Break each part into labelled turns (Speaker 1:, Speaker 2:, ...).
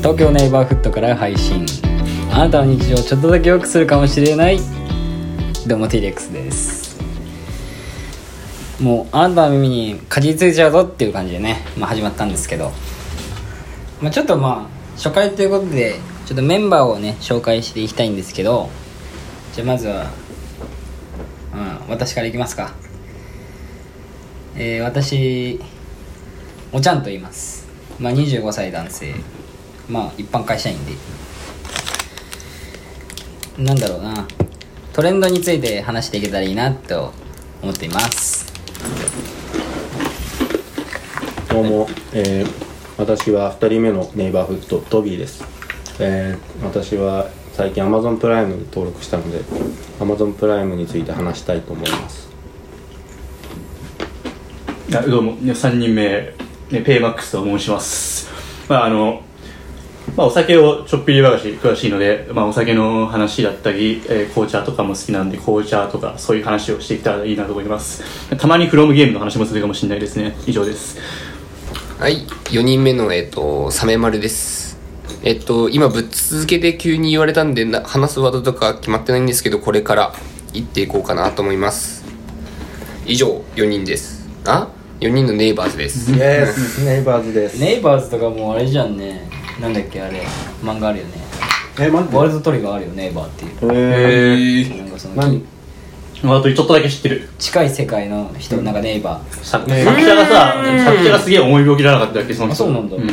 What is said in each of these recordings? Speaker 1: 東京ネイバーフットから配信あなたの日常をちょっとだけ良くするかもしれないどうも TX ですもうあなたの耳にかじりついちゃうぞっていう感じでね、まあ、始まったんですけど、まあ、ちょっとまあ初回ということでちょっとメンバーをね紹介していきたいんですけどじゃあまずは、うん、私からいきますかえー私おちゃんと言います、まあ、25歳男性まあ一般会社員でなんだろうなトレンドについて話していけたらいいなと思っています
Speaker 2: どうも、えー私は2人目のネイバーフットトビーです、えー私は最近 Amazon プライムに登録したので Amazon プライムについて話したいと思います
Speaker 3: あどうも3人目、ね、ペイマックスと申しますまああの、まあ、お酒をちょっぴりばかし詳しいので、まあ、お酒の話だったり、えー紅茶とかも好きなんで紅茶とかそういう話をしていけたらいいなと思いますたまにフロムゲームの話もするかもしれないですね以上です
Speaker 4: はい4人目のえっとサメ丸ですえっと今ぶっ続けて急に言われたんでな話すワードとか決まってないんですけどこれから言っていこうかなと思います以上4人ですあ4人のネイバーズです
Speaker 2: イエスネイバーズです
Speaker 1: ネイバーズとかもうあれじゃんねなんだっけあれ漫画あるよね
Speaker 2: え待
Speaker 1: ワールドトリガーあるよネイバーってい
Speaker 2: え
Speaker 1: うなんかその
Speaker 2: 何
Speaker 3: あとちょっとだけ知ってる
Speaker 1: 近い世界の人なんかネイバー
Speaker 3: 作作者がさ作者がすげえ重い病気じゃなかったっけその
Speaker 1: あ
Speaker 3: 人
Speaker 1: そうなんだ
Speaker 3: うん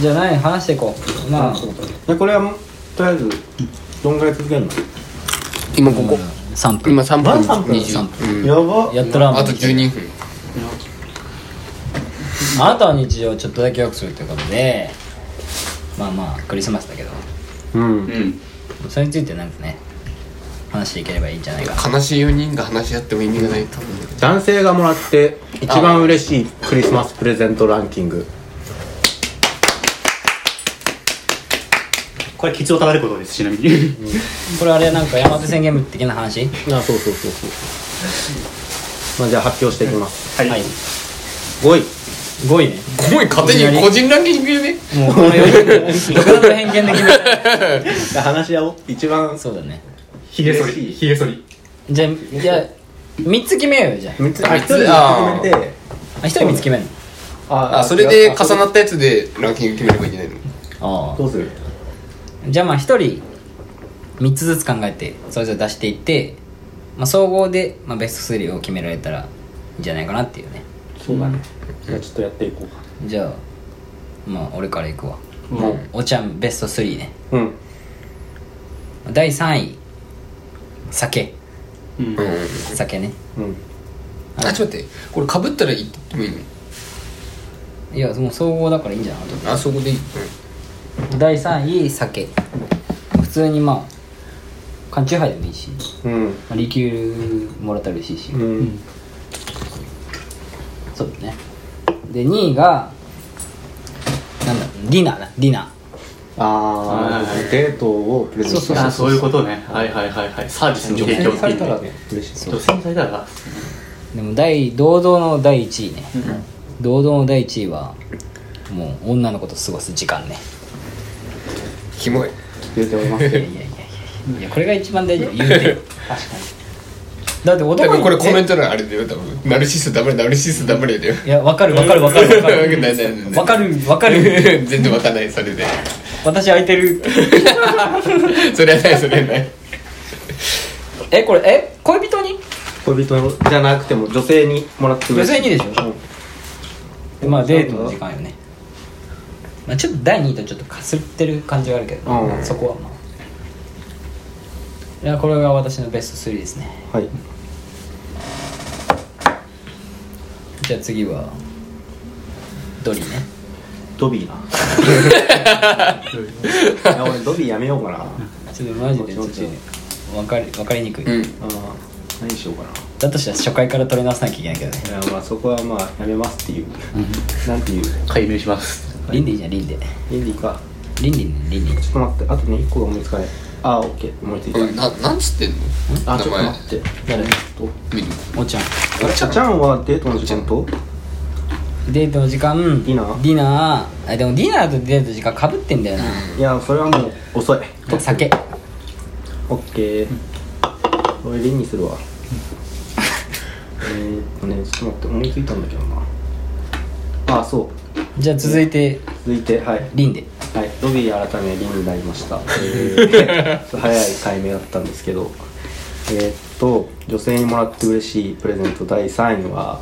Speaker 1: じゃない話していこうまあ
Speaker 2: えこれはとりあえずどんぐらい続けるの
Speaker 4: 今ここ
Speaker 1: 3分
Speaker 4: 今3分
Speaker 2: 3分
Speaker 4: 20
Speaker 2: やば
Speaker 1: やっとラーメン
Speaker 4: あと12分
Speaker 1: あなたの日常をちょっとだけ良くするということでまあまあクリスマスだけど
Speaker 2: うん
Speaker 3: うん
Speaker 1: それについてなんかね話していければいいんじゃないかな
Speaker 4: 悲しい4人が話し合っても意味がないと思うんだけ
Speaker 2: 男性がもらって一番嬉しいクリスマスプレゼントランキング
Speaker 3: これケツを食べることですちなみに
Speaker 1: これあれなんか山手線ゲーム的な話
Speaker 2: あそうそうそうそうまあじゃあ発表していきます
Speaker 3: はい、
Speaker 1: はい
Speaker 2: 5位
Speaker 1: 5位ね
Speaker 4: どすごい勝手に個人ランキングでね
Speaker 1: もうこの4人独断と偏見的な
Speaker 2: 話し合おう一番
Speaker 1: そうだね
Speaker 3: ひげ剃りひげ剃り
Speaker 1: じゃあじゃあ3つ決めようよじゃ
Speaker 2: 三つ
Speaker 4: あ
Speaker 2: あ
Speaker 4: 一
Speaker 2: 一
Speaker 4: 人
Speaker 2: 人
Speaker 4: で
Speaker 2: 決めて
Speaker 1: あ1人3つ決めんの
Speaker 2: あ
Speaker 4: あそれで重なったやつでランキング決めればいいんじゃないの
Speaker 1: あ
Speaker 2: どうする
Speaker 1: あじゃあまあ1人3つずつ考えてそれぞれ出していって、まあ、総合で、まあ、ベスト3を決められたらいいんじゃないかなっていうね
Speaker 2: そうだねじゃあちょっとやっていこうか
Speaker 1: じゃあまあ俺からいくわ
Speaker 3: うん
Speaker 1: おちゃんベスト3ね
Speaker 2: うん
Speaker 1: 第3位酒
Speaker 3: うん
Speaker 1: 酒ね
Speaker 2: うん
Speaker 4: あちょっと待ってこれかぶったら言ってもいいの
Speaker 1: いやもう総合だからいいんじゃないと思
Speaker 4: あそこでいい
Speaker 1: って第3位酒普通にまあ缶チューハイでもいいし
Speaker 2: うん
Speaker 1: まあリキュールもらったら嬉しいし、
Speaker 2: うん
Speaker 1: そうだねで2位がなんだディナーだディナ
Speaker 2: ああデートをプレゼント
Speaker 3: あそういうことねはいはいはいはいサービスの
Speaker 2: 女性
Speaker 3: 提供
Speaker 2: にされたらね嬉しい
Speaker 3: 女性にされたら
Speaker 1: ーでも第堂々の第1位ね、堂々の第1位はもう女の子と過ごす時間ね
Speaker 4: キモい
Speaker 2: 出ておりま
Speaker 1: いやい
Speaker 2: す
Speaker 1: やいやいやいやこれが一番大事 言うてよだって
Speaker 4: 多
Speaker 1: 男
Speaker 4: 分
Speaker 1: に
Speaker 4: これコメン
Speaker 1: ト
Speaker 4: ト欄あれだよ多分ナルシストダブルナルシストダブルだよ
Speaker 1: いやわかるわかるわ かるわか
Speaker 4: わかん
Speaker 1: る
Speaker 4: ないないないない
Speaker 1: わかるわかる
Speaker 4: 全然わかんないそれで
Speaker 1: 私空いてる
Speaker 4: それはないそれはない
Speaker 1: えこれえ恋人に
Speaker 2: 恋人じゃなくても女性にもらって
Speaker 1: 女
Speaker 2: 嬉し
Speaker 1: 性に
Speaker 2: い
Speaker 1: でしょ
Speaker 2: うん
Speaker 1: まあデートの時間よね、まあ、ちょっと第2位とちょっとかすってる感じがあるけど、
Speaker 2: うん
Speaker 1: そこはまあいやこれが私のベスト3ですね
Speaker 2: はい
Speaker 1: じゃあ次はドリーね
Speaker 2: ド ビーないや俺ドビーやめようかなあ
Speaker 1: ちょっとマジでちょっ
Speaker 2: もちろんも
Speaker 1: と分かり分かりにくい、
Speaker 4: うん
Speaker 2: ー何しようかな
Speaker 1: だとしたら初回から取り直さなきゃいけないけどね
Speaker 2: いやまあそこはまあやめますっていうなんていう
Speaker 3: 解明します
Speaker 1: リンでいいじゃんリンで
Speaker 2: いいでいいか
Speaker 1: リンリンリンリン
Speaker 2: ちょっと待ってあとね1個が思いつかないあーオッケー思いついた
Speaker 4: うんななんつってんの
Speaker 2: あ
Speaker 4: 名
Speaker 2: ちょっと
Speaker 4: 前
Speaker 2: 待って
Speaker 1: 誰
Speaker 2: と
Speaker 4: 見る
Speaker 1: おちゃん
Speaker 2: あちゃんはデートの時間と
Speaker 1: デートの時間デ
Speaker 2: ィナー
Speaker 1: ディナーあでもディナーとデートの時間かぶってんだよな、
Speaker 2: いやそれはもう遅い
Speaker 1: 酒
Speaker 2: オッケーこれンにするわえーっとねちょっと待って思いついたんだけどなあそう
Speaker 1: じゃあ続いて
Speaker 2: 続いてはい
Speaker 1: リンで
Speaker 2: はい、ロビー改めリンになりました、えー早い解明だったんですけどえーっと女性にもらって嬉しいプレゼント第3位は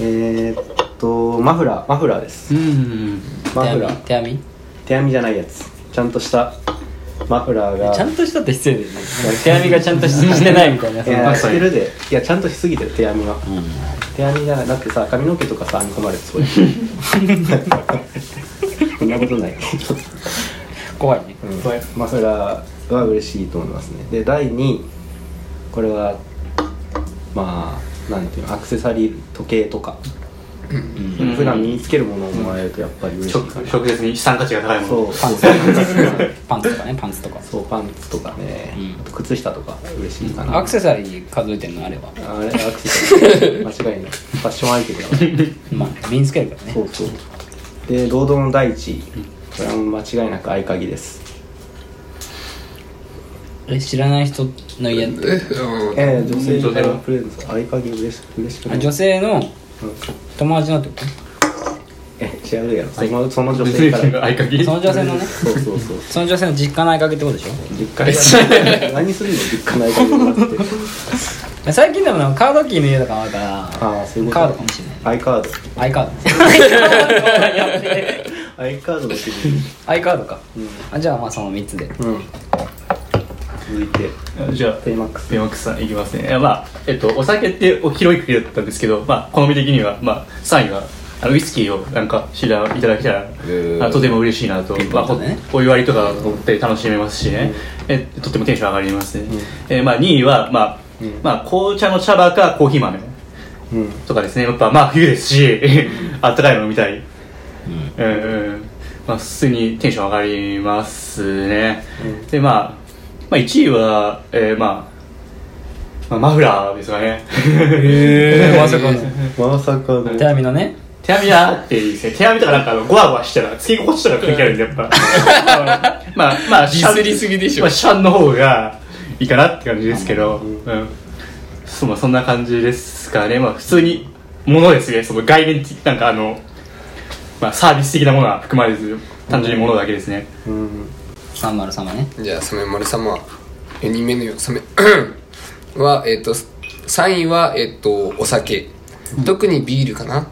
Speaker 2: えーっとマフラーマフラーです
Speaker 3: うん
Speaker 2: マフラー
Speaker 1: 手編み
Speaker 2: 手編みじゃないやつちゃんとしたマフラー
Speaker 1: 手編
Speaker 2: が
Speaker 1: みちゃんとしたって失礼だよね手編みがちゃんとししてないみたいない
Speaker 2: や
Speaker 3: 確
Speaker 2: し
Speaker 3: かに
Speaker 2: てるでいやちゃんとしすぎてる手編みは、手編みじゃないだってさ髪の毛とかさ編み込まれてそうやんそんなことない
Speaker 1: 怖いね
Speaker 2: うん
Speaker 3: はい
Speaker 2: マフラーは嬉しいと思いますねで第2位これはまあなんていうのアクセサリー時計とか、
Speaker 3: うん
Speaker 2: 普段身につけるものをもらえるとやっぱり嬉しい
Speaker 3: 直
Speaker 2: かな、
Speaker 3: 直接に資産価値が高いも
Speaker 2: そう
Speaker 3: の
Speaker 2: パンツ
Speaker 1: パンツとかねパンツとか
Speaker 2: そうパンツとかね、
Speaker 1: うん
Speaker 2: あと靴下とか嬉しいかな、
Speaker 1: アクセサリー数えてんのあれば
Speaker 2: あれアクセサリー間違いないファッションアイテムだから
Speaker 1: まあ身につけるからね
Speaker 2: そうそうで堂々の第一位これは間違いなく合鍵です
Speaker 1: え知らない人の家って
Speaker 4: うん
Speaker 2: ええ女性
Speaker 3: 女性
Speaker 2: の
Speaker 3: は
Speaker 2: プレゼント合鍵嬉し嬉しくな
Speaker 1: あ
Speaker 2: い
Speaker 1: 女性の
Speaker 2: うん
Speaker 1: 友達のってこ
Speaker 2: え違うやろそのその女
Speaker 3: 別に
Speaker 2: 性か
Speaker 3: 合
Speaker 2: ら
Speaker 1: と
Speaker 3: 鍵
Speaker 1: その女性のね
Speaker 2: そうそうそう
Speaker 1: その女性の実家の合鍵ってことでしょ
Speaker 2: 実家に何するの実家の合鍵もらって
Speaker 1: 最近でもなんかカードキーの家とかもあるから
Speaker 2: ああそういうこと
Speaker 1: カードかもしれない
Speaker 2: アイカード
Speaker 1: アイカード
Speaker 2: アイカードの手に
Speaker 1: アイカードか
Speaker 2: うん
Speaker 1: あじゃあまあその3つで
Speaker 2: うん続いて
Speaker 3: じゃあ
Speaker 2: ペイマックス
Speaker 3: ペマックスさんいきますねいやまあえっとお酒ってお広いくくりだったんですけどまあ好み的にはまあ3位はあのウイスキーをなんか知らいただけたら
Speaker 4: ー
Speaker 3: あとても嬉しいなと、
Speaker 1: ピンポ
Speaker 3: ま
Speaker 1: イン
Speaker 3: あ
Speaker 1: トでね、
Speaker 3: おお湯割りとか持って楽しめますしね、えとってもテンション上がりますね、えーまあ、2位は、まあ
Speaker 2: ん
Speaker 3: まあ、紅茶の茶葉かコーヒー豆
Speaker 2: うん
Speaker 3: とかですねやっぱまあ冬ですしあったかいの飲みたいうんうんまあ普通にテンション上がりますね、
Speaker 2: うん
Speaker 3: でまあ、まあ、1位は、えーまあ、まあマフラーですかね
Speaker 1: へえまさかの
Speaker 2: まさかの
Speaker 1: 手編みのね
Speaker 3: 手編みはっていい ですね手編みとかなんかあのゴワゴワしたらつけ心地とか関係あるんでやっ ぱまあまあ
Speaker 4: ディスりすぎでしょ
Speaker 3: まあシャンの方がいいかなって感じですけど、うんそうまあそんな感じですかねまあ普通にものですねその概念的なんかあのまあサービス的なものは含まれず単純にものだけですね、
Speaker 2: うん
Speaker 1: 303はね
Speaker 4: じゃあサメ丸様4人目のよサメ はえっ、と3位はえっ、とお酒特にビールかな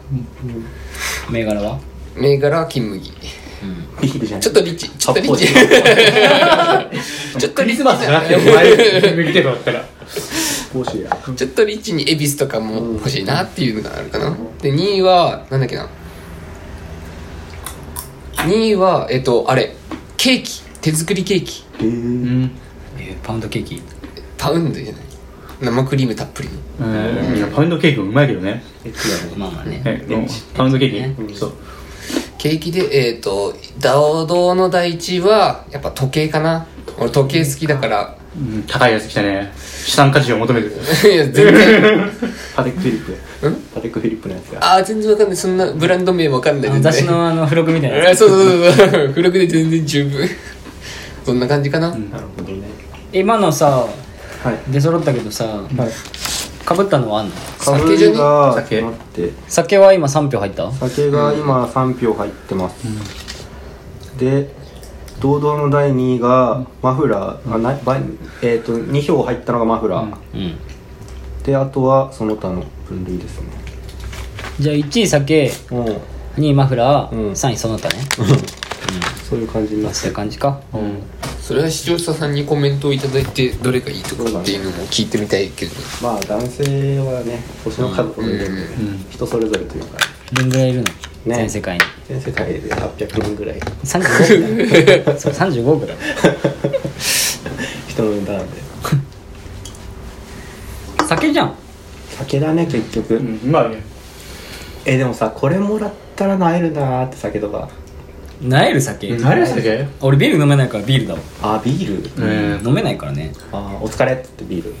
Speaker 1: 銘柄は
Speaker 4: 銘柄は金麦
Speaker 2: ビールじ ゃない
Speaker 4: ちょっとリッチちょっとリッチちょっと
Speaker 3: クリ
Speaker 4: リッ
Speaker 3: ス
Speaker 4: チ
Speaker 3: マスじゃなくてお前向いてるだったら
Speaker 2: 講師や
Speaker 4: ちょっとリッチに恵比寿とかも欲しいなっていうのがあるかなで2位はなんだっけな2位はえっ、とあれケーキ手作りケーキ
Speaker 2: え
Speaker 3: う
Speaker 2: ー
Speaker 3: ん、
Speaker 1: えーパウンドケーキ
Speaker 4: パウンドじゃない生クリームたっぷりの
Speaker 3: うんいやパウンドケーキもうまいけどね
Speaker 2: エッチだね
Speaker 1: まあまあね
Speaker 3: ねもうパウンドケーキ、
Speaker 2: うん
Speaker 3: そう
Speaker 4: ケーキでえっ、ー、と堂々の第一位はやっぱ時計かな俺時計好きだから
Speaker 3: うん高いやつ来たね資産価値を求めてる
Speaker 4: いや全然
Speaker 2: パテックフィリップ
Speaker 4: ん
Speaker 2: パテックフィリップのやつが
Speaker 4: ああ全然わかんないそんなブランド名わかんない
Speaker 1: あの
Speaker 4: 全然
Speaker 1: 雑誌のあの付録みたいな
Speaker 4: え
Speaker 1: や
Speaker 4: ー
Speaker 1: つ
Speaker 4: そうそうそうそう 付録で全然十分そんな感じかな、
Speaker 2: なるほどね
Speaker 1: 今のさ
Speaker 2: はい
Speaker 1: 出揃ったけどさ
Speaker 2: はい
Speaker 1: かぶったのはあんの
Speaker 4: 酒じゃね
Speaker 2: が
Speaker 3: 酒
Speaker 2: 待って
Speaker 1: 酒は今3票入った
Speaker 2: 酒が今3票入ってます、で堂々の第2位がマフラー、あないばえー、と2票入ったのがマフラー、
Speaker 1: うん
Speaker 2: であとはその他の分類ですね
Speaker 1: じゃあ1位酒
Speaker 2: もう
Speaker 1: 2位マフラー、
Speaker 2: うん
Speaker 1: 3位その他 ね
Speaker 2: そういう感じになって
Speaker 1: そういう感じか
Speaker 3: うん
Speaker 4: それは視聴者さんにコメントをいただいてどれがいいとかっていうのも聞いてみたいけどね
Speaker 2: まあ男性はね星の数ほどで、
Speaker 3: ん
Speaker 2: 人それぞれというか
Speaker 1: どんぐらいいるの、
Speaker 2: ね
Speaker 1: 全世界に
Speaker 2: 全世界で800人ぐらい
Speaker 1: 35億だよそう35億だよ
Speaker 2: 人の歌なんで
Speaker 1: 酒じゃん
Speaker 2: 酒だね結局、
Speaker 3: うんまあね
Speaker 2: えでもさこれもらったらなえるなーって酒とか
Speaker 1: なえる酒
Speaker 3: 慣れる酒
Speaker 1: 俺ビール飲めないからビールだわ
Speaker 2: あビール
Speaker 3: え
Speaker 1: 飲めないからね、
Speaker 2: あお疲れってビール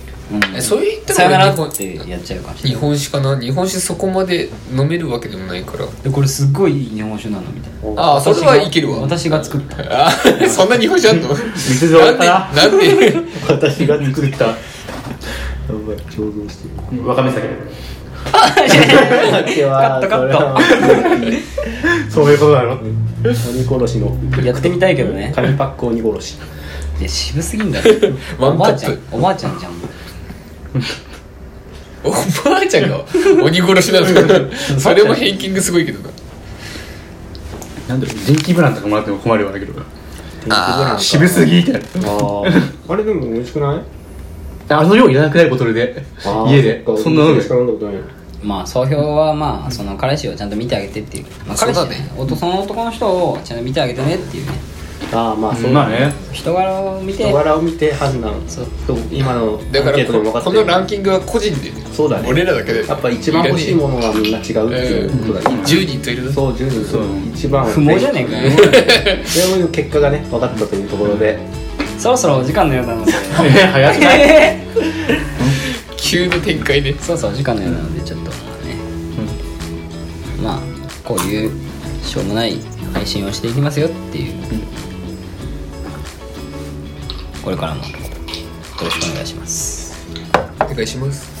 Speaker 4: えそう言っても
Speaker 1: さよなら
Speaker 4: 日本
Speaker 1: ってやっちゃうかもしれ
Speaker 4: 日
Speaker 1: ない
Speaker 4: 本酒かな日本酒そこまで飲めるわけでもないから
Speaker 1: でこれすっごいいい日本酒なのみたいな
Speaker 4: ああそれはいけるわ
Speaker 1: 私が作 った
Speaker 4: あーそんな日本酒あんの
Speaker 3: 水上かな
Speaker 4: なんでなん で
Speaker 2: 私が
Speaker 3: 作った
Speaker 2: ばい共存してる
Speaker 3: わかめ酒
Speaker 1: カットカット
Speaker 3: そういうことだろ
Speaker 2: 鬼殺しの
Speaker 1: やってみたいけどね
Speaker 2: 紙パック鬼殺し
Speaker 1: いや渋すぎんだろ
Speaker 4: ワ
Speaker 1: お
Speaker 4: ンカ
Speaker 1: ばあ
Speaker 4: ッ
Speaker 1: ちゃん
Speaker 4: プ
Speaker 1: おばあちゃんじゃん
Speaker 4: おばあちゃんが鬼殺しなんだから それもヘイキングすごいけどな
Speaker 3: なんで人気ブランとかもらっても困るわだけど
Speaker 4: あー
Speaker 3: 渋すぎって
Speaker 2: あああれでも美味しくない
Speaker 3: あの量いらなくないボトルで家で
Speaker 2: そっか
Speaker 3: そんな飲
Speaker 2: お店し
Speaker 3: む
Speaker 2: か飲んだことないの
Speaker 1: まあ総評はまあその彼氏をちゃんと見てあげてっていう、まあ、
Speaker 4: そ
Speaker 1: 彼
Speaker 4: う
Speaker 1: 氏
Speaker 4: だ
Speaker 1: そ,、
Speaker 4: ね
Speaker 1: ね、おとその男の人をちゃんと見てあげてねっていうね
Speaker 2: ああまあそう
Speaker 3: まあね
Speaker 1: 人柄を見て
Speaker 2: 人柄を見て判断
Speaker 1: そう
Speaker 2: そう今の
Speaker 4: だか
Speaker 2: アンケ
Speaker 4: ら
Speaker 2: ート
Speaker 4: こ
Speaker 2: でも
Speaker 4: の
Speaker 2: 分かって
Speaker 4: こ
Speaker 2: る
Speaker 4: のランキングは個人で
Speaker 2: そうだね
Speaker 4: 俺らだけで
Speaker 2: やっぱ一番欲しいものはみんな違うっていうことだね、
Speaker 4: 10人といるぞ
Speaker 2: そう10人
Speaker 3: そう
Speaker 2: 一番
Speaker 1: 不毛じゃねえかよ
Speaker 2: でも結果がね分かったというところで、
Speaker 1: そろそろお時間のようなので
Speaker 3: え早くない
Speaker 4: 急な展開で
Speaker 1: そろそろお時間のようなのでちょっとまあね、まあこういうしょうもない配信をしていきますよっていう、これからもよろしくお願いします
Speaker 4: お願いします